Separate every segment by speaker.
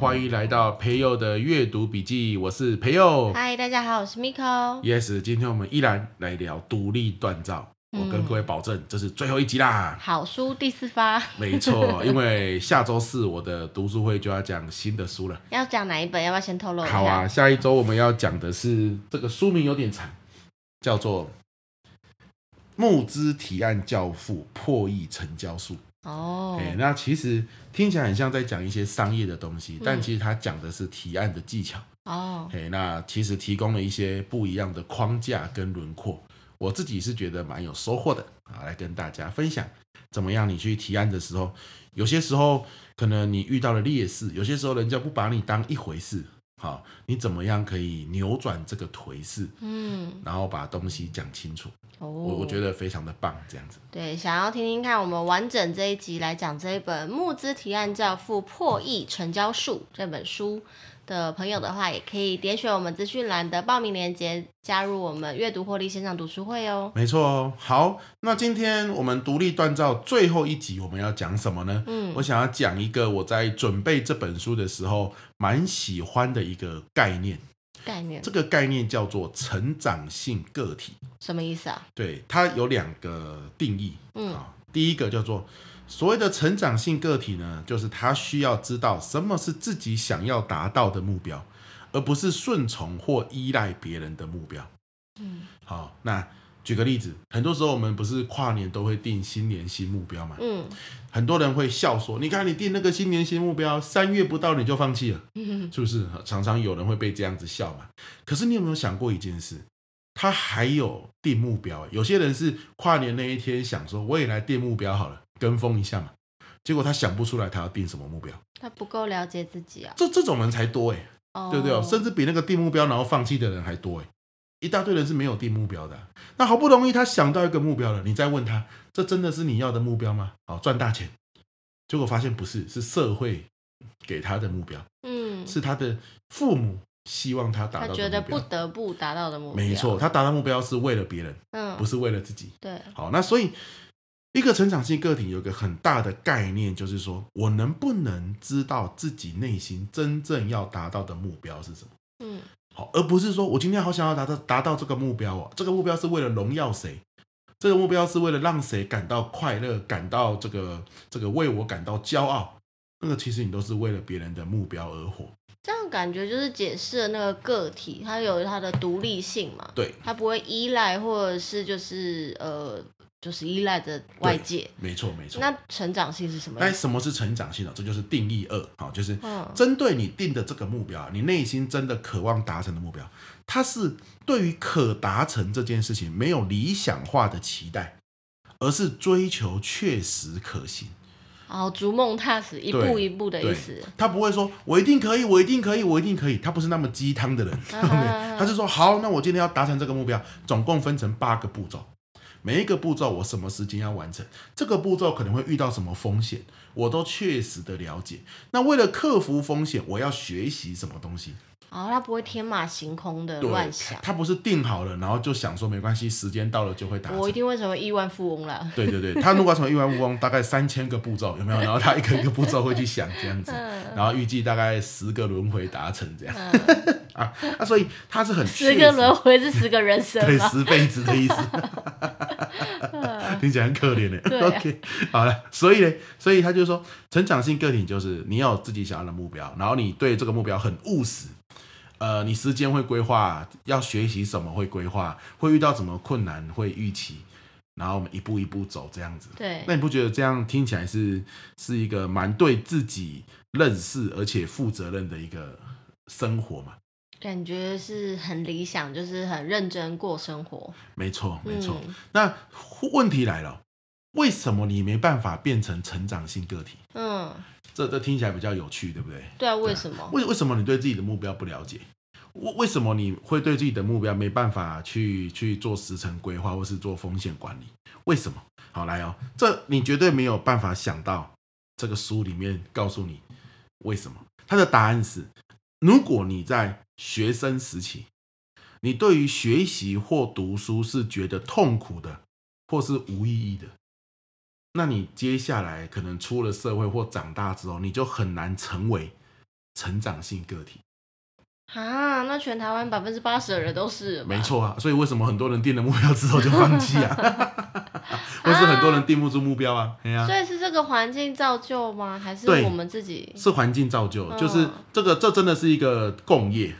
Speaker 1: 欢迎来到培佑的阅读笔记，我是培佑。
Speaker 2: 嗨，大家好，我是 Miko。
Speaker 1: Yes，今天我们依然来聊独立锻造。我跟各位保证，这是最后一集啦。
Speaker 2: 好书第四发，
Speaker 1: 没错，因为下周四我的读书会就要讲新的书了。
Speaker 2: 要讲哪一本？要不要先透露一下？
Speaker 1: 好啊，下一周我们要讲的是这个书名有点长，叫做《募资提案教父破译成交术》。
Speaker 2: 哦，
Speaker 1: 哎、那其实听起来很像在讲一些商业的东西，但其实它讲的是提案的技巧。
Speaker 2: 哦，
Speaker 1: 哎、那其实提供了一些不一样的框架跟轮廓，我自己是觉得蛮有收获的啊，来跟大家分享怎么样你去提案的时候，有些时候可能你遇到了劣势，有些时候人家不把你当一回事，好、你怎么样可以扭转这个颓势，
Speaker 2: 嗯，
Speaker 1: 然后把东西讲清楚，
Speaker 2: 哦，
Speaker 1: 我我觉
Speaker 2: 得
Speaker 1: 得非常的棒，这样子。
Speaker 2: 对，想要听听看我们完整这一集来讲这一本《募资提案教父破译成交术》这本书的朋友的话，也可以点选我们资讯栏的报名链接，加入我们阅读获利线上读书会哦。
Speaker 1: 没错哦，好，那今天我们独立锻造最后一集，我们要讲什么呢？
Speaker 2: 嗯
Speaker 1: 我想要讲一个我在准备这本书的时候蛮喜欢的一个概念，
Speaker 2: 概念
Speaker 1: 这个概念叫做成长性个体。
Speaker 2: 什么意思啊？
Speaker 1: 对，它有两个定义啊、
Speaker 2: 嗯
Speaker 1: 第一个叫做所谓的成长性个体呢，就是他需要知道什么是自己想要达到的目标，而不是顺从或依赖别人的目标。
Speaker 2: 嗯
Speaker 1: 好，那举个例子，很多时候我们不是跨年都会定新年新目标嘛？
Speaker 2: 嗯
Speaker 1: 很多人会笑说：“你看你定那个新年新目标，三月不到你就放弃了，
Speaker 2: 嗯，
Speaker 1: 是不是？”常常有人会被这样子笑嘛。可是你有没有想过一件事？他还有定目标，欸有些人是跨年那一天想说：“我也来定目标好了，跟风一下嘛。”结果他想不出来他要定什么目标，
Speaker 2: 他不够了解自己啊，
Speaker 1: 这这种人才多哎、
Speaker 2: 哦，
Speaker 1: 对不对哦？甚至比那个定目标然后放弃的人还多哎，一大堆人是没有定目标的啊、那好不容易他想到一个目标了，你再问他，这真的是你要的目标吗？好，赚大钱，结果发现不是，是社会给他的目标，
Speaker 2: 嗯，
Speaker 1: 是他的父母希望他达
Speaker 2: 他
Speaker 1: 到
Speaker 2: 觉
Speaker 1: 的
Speaker 2: 得
Speaker 1: 目
Speaker 2: 不
Speaker 1: 标。
Speaker 2: 得不达到的目标，
Speaker 1: 没错，，他达到目标是为了别人，
Speaker 2: 嗯，
Speaker 1: 不是为了自己。
Speaker 2: 对，
Speaker 1: 好，那所以一个成长性个体有一个很大的概念，就是说我能不能知道自己内心真正要达到的目标是什么？
Speaker 2: 嗯
Speaker 1: 好，而不是说我今天好想要达到达到这个目标哦，这个目标是为了荣耀谁，这个目标是为了让谁感到快乐，感到这个这个为我感到骄傲，那个其实你都是为了别人的目标而活。
Speaker 2: 这样感觉就是解释了那个个体，它有它的独立性嘛，
Speaker 1: 对，
Speaker 2: 它不会依赖或者是就是呃，就是依赖着外界。
Speaker 1: 没错没错。
Speaker 2: 那成长性是什么
Speaker 1: 那
Speaker 2: 意思？
Speaker 1: 什么是成长性呢？这就是定义二，好，就是
Speaker 2: 嗯
Speaker 1: 针对你定的这个目标，你内心真的渴望达成的目标，它是对于可达成这件事情没有理想化的期待，而是追求确实可行。
Speaker 2: 哦，逐梦踏实，一步一步的意思。
Speaker 1: 他不会说“我一定可以，我一定可以，我一定可以”，他不是那么鸡汤的人，
Speaker 2: 啊哈
Speaker 1: 他是说：“好，那我今天要达成这个目标，总共分成八个步骤，每一个步骤我什么时间要完成，这个步骤可能会遇到什么风险，我都确实的了解。那为了克服风险，我要学习什么东西？
Speaker 2: 哦，它不会天马行空的
Speaker 1: 对
Speaker 2: 乱想，，
Speaker 1: 他不是定好了，然后就想说没关系，时间到了就会达成。
Speaker 2: 我一定会成为亿万富翁啦。
Speaker 1: 对对对，他如果要成为亿万富翁，大概三千个步骤有没 有？然后他一个一个步骤会去想这样子，
Speaker 2: 嗯
Speaker 1: 然后预计大概十个轮回达成这样 啊啊，所以他是很
Speaker 2: 十
Speaker 1: 确
Speaker 2: 个
Speaker 1: 实
Speaker 2: 轮回是十个人生
Speaker 1: 对
Speaker 2: 嘛？
Speaker 1: 十辈子的意思， 听起来很可怜的。
Speaker 2: 对啊
Speaker 1: OK，好了，所以呢，所以他就说，成长性个体就是你要有自己想要的目标，然后你对这个目标很务实。呃，你时间会规划，要学习什么会规划，会遇到什么困难会预期，然后我们一步一步走这样子。
Speaker 2: 对，
Speaker 1: 那你不觉得这样听起来是是一个蛮对自己认识而且负责任的一个生活嘛？
Speaker 2: 感觉是很理想，就是很认真过生活。
Speaker 1: 没错，没错。
Speaker 2: 嗯
Speaker 1: 那问题来了，为什么你没办法变成成长性个体？
Speaker 2: 嗯，
Speaker 1: 这这听起来比较有趣，对不对？
Speaker 2: 对啊，为什么？
Speaker 1: 为为什么你对自己的目标不了解？为为什么你会对自己的目标没办法去去做时程规划，或是做风险管理？为什么？好来哦，这你绝对没有办法想到，这个书里面告诉你为什么。它的答案是，如果你在学生时期，你对于学习或读书是觉得痛苦的，或是无意义的，那你接下来可能出了社会或长大之后，你就很难成为成长性个体。
Speaker 2: 啊，那全台湾百分之八十的人都是吧
Speaker 1: 没，错啊，所以为什么很多人定了目标之后就放弃啊？ 或是很多人定不住目标啊？哎呀、
Speaker 2: 所以是这个环境造就吗？还是
Speaker 1: 对
Speaker 2: 我们自己？
Speaker 1: 是环境造就，
Speaker 2: 嗯
Speaker 1: 就是这个这真的是一个共业，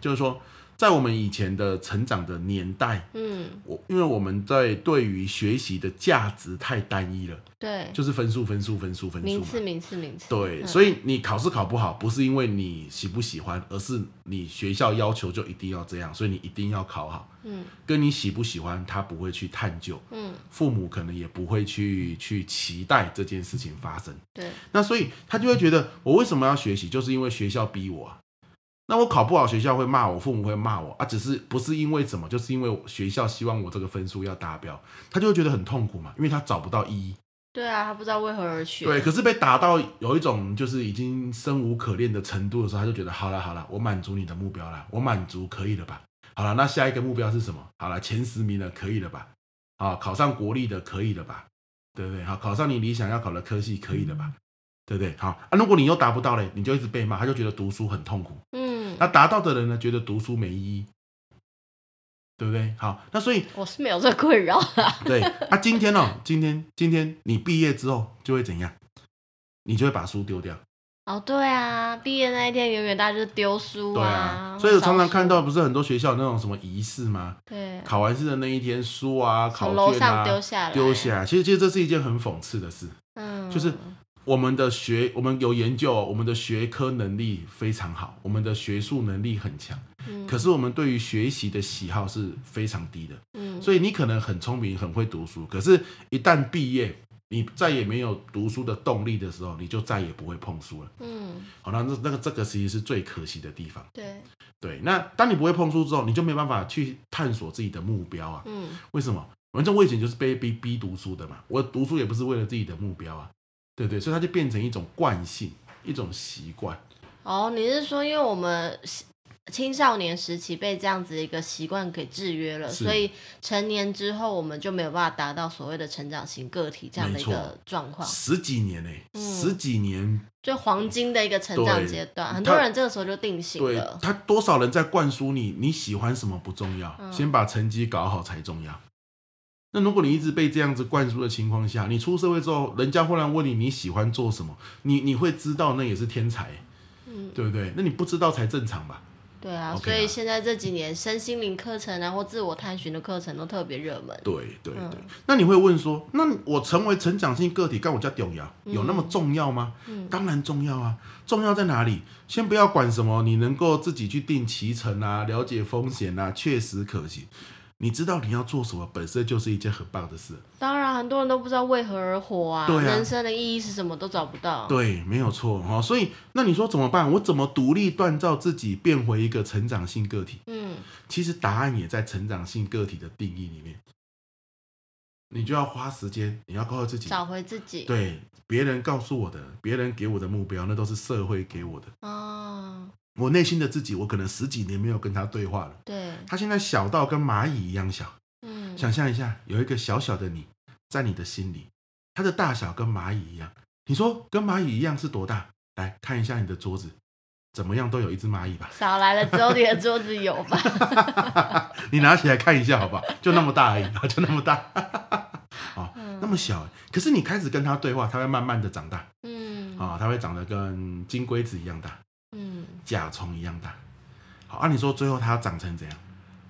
Speaker 1: 就是说，在我们以前的成长的年代，
Speaker 2: 嗯，
Speaker 1: 我因为我们在对于学习的价值太单一了，
Speaker 2: 对，
Speaker 1: 就是分数分数分数分数
Speaker 2: 名
Speaker 1: 嘛。
Speaker 2: 次名次名次，
Speaker 1: 对，
Speaker 2: 嗯
Speaker 1: 所以你考试考不好，不是因为你喜不喜欢，而是你学校要求就一定要这样，所以你一定要考好。
Speaker 2: 嗯
Speaker 1: 跟你喜不喜欢，他不会去探究，
Speaker 2: 嗯，
Speaker 1: 父母可能也不会去去期待这件事情发生。
Speaker 2: 对，
Speaker 1: 那所以他就会觉得我为什么要学习，就是因为学校逼我啊。那我考不好，学校会骂我，父母会骂我啊，只是不是因为什么，就是因为我学校希望我这个分数要达标，他就会觉得很痛苦嘛，因为他找不到意义。
Speaker 2: 对啊，他不知道为何而啊学，
Speaker 1: 对，可是被打到有一种就是已经生无可恋的程度的时候，他就觉得好了好了，我满足你的目标了，我满足可以了吧？好了，那下一个目标是什么？好了，前十名了，可以了吧？啊，考上国立的可以了吧？对不对？好，考上你理想要考的科系可以了吧？对不对？好啊，如果你又达不到嘞，你就一直被骂，他就觉得读书很痛苦。
Speaker 2: 嗯，
Speaker 1: 那达到的人呢，觉得读书没意义，对不对？好，那所以
Speaker 2: 我是没有这个困扰啦，
Speaker 1: 对啊，今天哦，今天今天你毕业之后就会怎样？你就会把书丢掉。
Speaker 2: 哦，对啊，毕业那一天永远大家就丢书
Speaker 1: 对
Speaker 2: 啊
Speaker 1: 啊，，所以我
Speaker 2: 少
Speaker 1: 常常看到
Speaker 2: 数
Speaker 1: 不是很多学校有那种什么仪式吗？
Speaker 2: 对，
Speaker 1: 考完试的那一天，书啊、考
Speaker 2: 从楼
Speaker 1: 卷
Speaker 2: 上
Speaker 1: 啊
Speaker 2: 丢下来，
Speaker 1: 丢下，来。其实其实这是一件很讽刺的事。
Speaker 2: 嗯，
Speaker 1: 就是我们的学，我们有研究哦，我们的学科能力非常好，我们的学术能力很强，
Speaker 2: 嗯
Speaker 1: 可是我们对于学习的喜好是非常低的。
Speaker 2: 嗯，
Speaker 1: 所以你可能很聪明、很会读书，可是，一旦毕业，你再也没有读书的动力的时候，你就再也不会碰书了。
Speaker 2: 嗯，
Speaker 1: 好，那那那个这个其实是最可惜的地方。
Speaker 2: 对，
Speaker 1: 对，那当你不会碰书之后，你就没办法去探索自己的目标啊。
Speaker 2: 嗯
Speaker 1: 为什么？反正我以前就是被逼逼读书的嘛，我读书也不是为了自己的目标啊，对不对，所以它就变成一种惯性，一种习惯。
Speaker 2: 哦，你是说因为我们是青少年时期被这样子一个习惯给制约了，
Speaker 1: 是
Speaker 2: 所以成年之后我们就没有办法达到所谓的成长型个体这样的一
Speaker 1: 没错
Speaker 2: 个状况，
Speaker 1: 十几年呢、
Speaker 2: 嗯
Speaker 1: 十几年，
Speaker 2: 最黄金的一个成长
Speaker 1: 对
Speaker 2: 阶段，
Speaker 1: 他
Speaker 2: 很多人这个时候就定型
Speaker 1: 对
Speaker 2: 了。
Speaker 1: 他多少人在灌输你，你喜欢什么不重要，
Speaker 2: 嗯
Speaker 1: 先把成绩搞好才重要。那如果你一直被这样子灌输的情况下，你出社会之后，人家忽然问你你喜欢做什么，你你会知道那也是天才、
Speaker 2: 嗯，
Speaker 1: 对不对？那你不知道才正常吧？
Speaker 2: 对啊
Speaker 1: OK
Speaker 2: 所以
Speaker 1: 啊
Speaker 2: 现在这几年身心灵课程啊，或自我探寻的课程都特别热门。
Speaker 1: 对对对。
Speaker 2: 嗯
Speaker 1: 那你会问说，那我成为成长性个体，干我叫屌摇，有那么重要吗？
Speaker 2: 嗯
Speaker 1: 当然重要啊！重要在哪里？先不要管什么，你能够自己去定骑程啊，了解风险啊，确实可行。你知道你要做什么，本身就是一件很棒的事。
Speaker 2: 当然，很多人都不知道为何而活啊，
Speaker 1: 对啊
Speaker 2: 人生的意义是什么都找不到。
Speaker 1: 对，没有错哈、哦。所以，那你说怎么办？我怎么独立锻造自己，变回一个成长性个体？
Speaker 2: 嗯，
Speaker 1: 其实答案也在成长性个体的定义里面。你就要花时间，你要告诉自己，
Speaker 2: 找回自己。
Speaker 1: 对，别人告诉我的，别人给我的目标，那都是社会给我的。
Speaker 2: 哦，
Speaker 1: 我内心的自己，我可能十几年没有跟他对话了。
Speaker 2: 对，
Speaker 1: 他现在小到跟蚂蚁一样小，
Speaker 2: 嗯，
Speaker 1: 想象一下，有一个小小的你在你的心里，它的大小跟蚂蚁一样。你说跟蚂蚁一样是多大？来看一下你的桌子，怎么样都有一只蚂蚁吧。
Speaker 2: 少来了之后，你的桌子有吧？
Speaker 1: 你拿起来看一下，好不好？就那么大而已， 就那么大，啊、
Speaker 2: 嗯
Speaker 1: 那么小。可是你开始跟它对话，它会慢慢的长大啊、
Speaker 2: 嗯，
Speaker 1: 它会长得跟金龟子一样大。
Speaker 2: 嗯，
Speaker 1: 甲虫一样大。好，按、理说最后它长成怎样？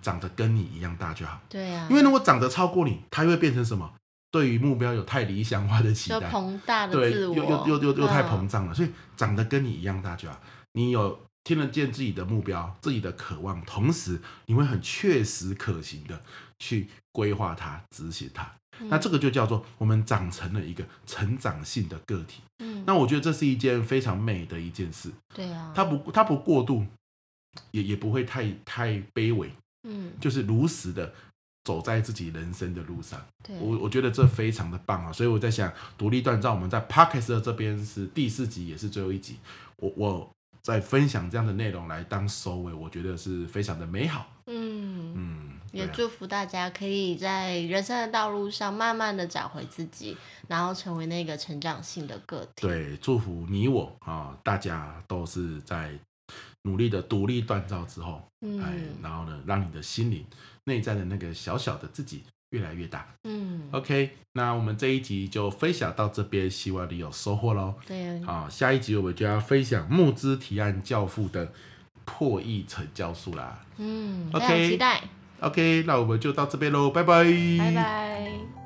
Speaker 1: 长得跟你一样大就好。
Speaker 2: 对啊，
Speaker 1: 因为如果长得超过你，它会变成什么？对于目标有太理想化的期
Speaker 2: 就
Speaker 1: 待，
Speaker 2: 膨大的
Speaker 1: 对，
Speaker 2: 自
Speaker 1: 又
Speaker 2: 我，
Speaker 1: 又又又又太膨
Speaker 2: 嗯。
Speaker 1: 胀了，所以长得跟你一样大就好。你有听得见自己的目标、自己的渴望，同时你会很确实可行的去规划它、执行它。
Speaker 2: 嗯
Speaker 1: 那这个就叫做我们长成了一个成长性的个体。
Speaker 2: 嗯，
Speaker 1: 那我觉得这是一件非常美的一件事。
Speaker 2: 对啊，
Speaker 1: 它不它不过度，也也不会太太卑微，
Speaker 2: 嗯，
Speaker 1: 就是如实的走在自己人生的路上。
Speaker 2: 对，啊
Speaker 1: 我我觉得这非常的棒啊！所以我在想，独立锻造，我们在 Podcast 的这边是第四集，也是最后一集。我我在分享这样的内容来当收尾，我觉得是非常的美好。
Speaker 2: 嗯，
Speaker 1: 嗯，对
Speaker 2: 也
Speaker 1: 啊
Speaker 2: 祝福大家可以在人生的道路上慢慢的找回自己，然后成为那个成长性的个体。
Speaker 1: 对，祝福你我啊、大家都是在努力的独立锻造之后，哎
Speaker 2: 嗯，
Speaker 1: 然后呢，让你的心灵内在的那个小小的自己越来越大。
Speaker 2: 嗯，
Speaker 1: OK，那我们这一集就分享到这边，希望你有收获喽。
Speaker 2: 对，
Speaker 1: 好，下一集我们就要分享募资提案教父的破译成教术啦。
Speaker 2: 嗯，非
Speaker 1: OK
Speaker 2: 常期待，
Speaker 1: OK，那我们就到这边喽，拜拜，
Speaker 2: 拜拜。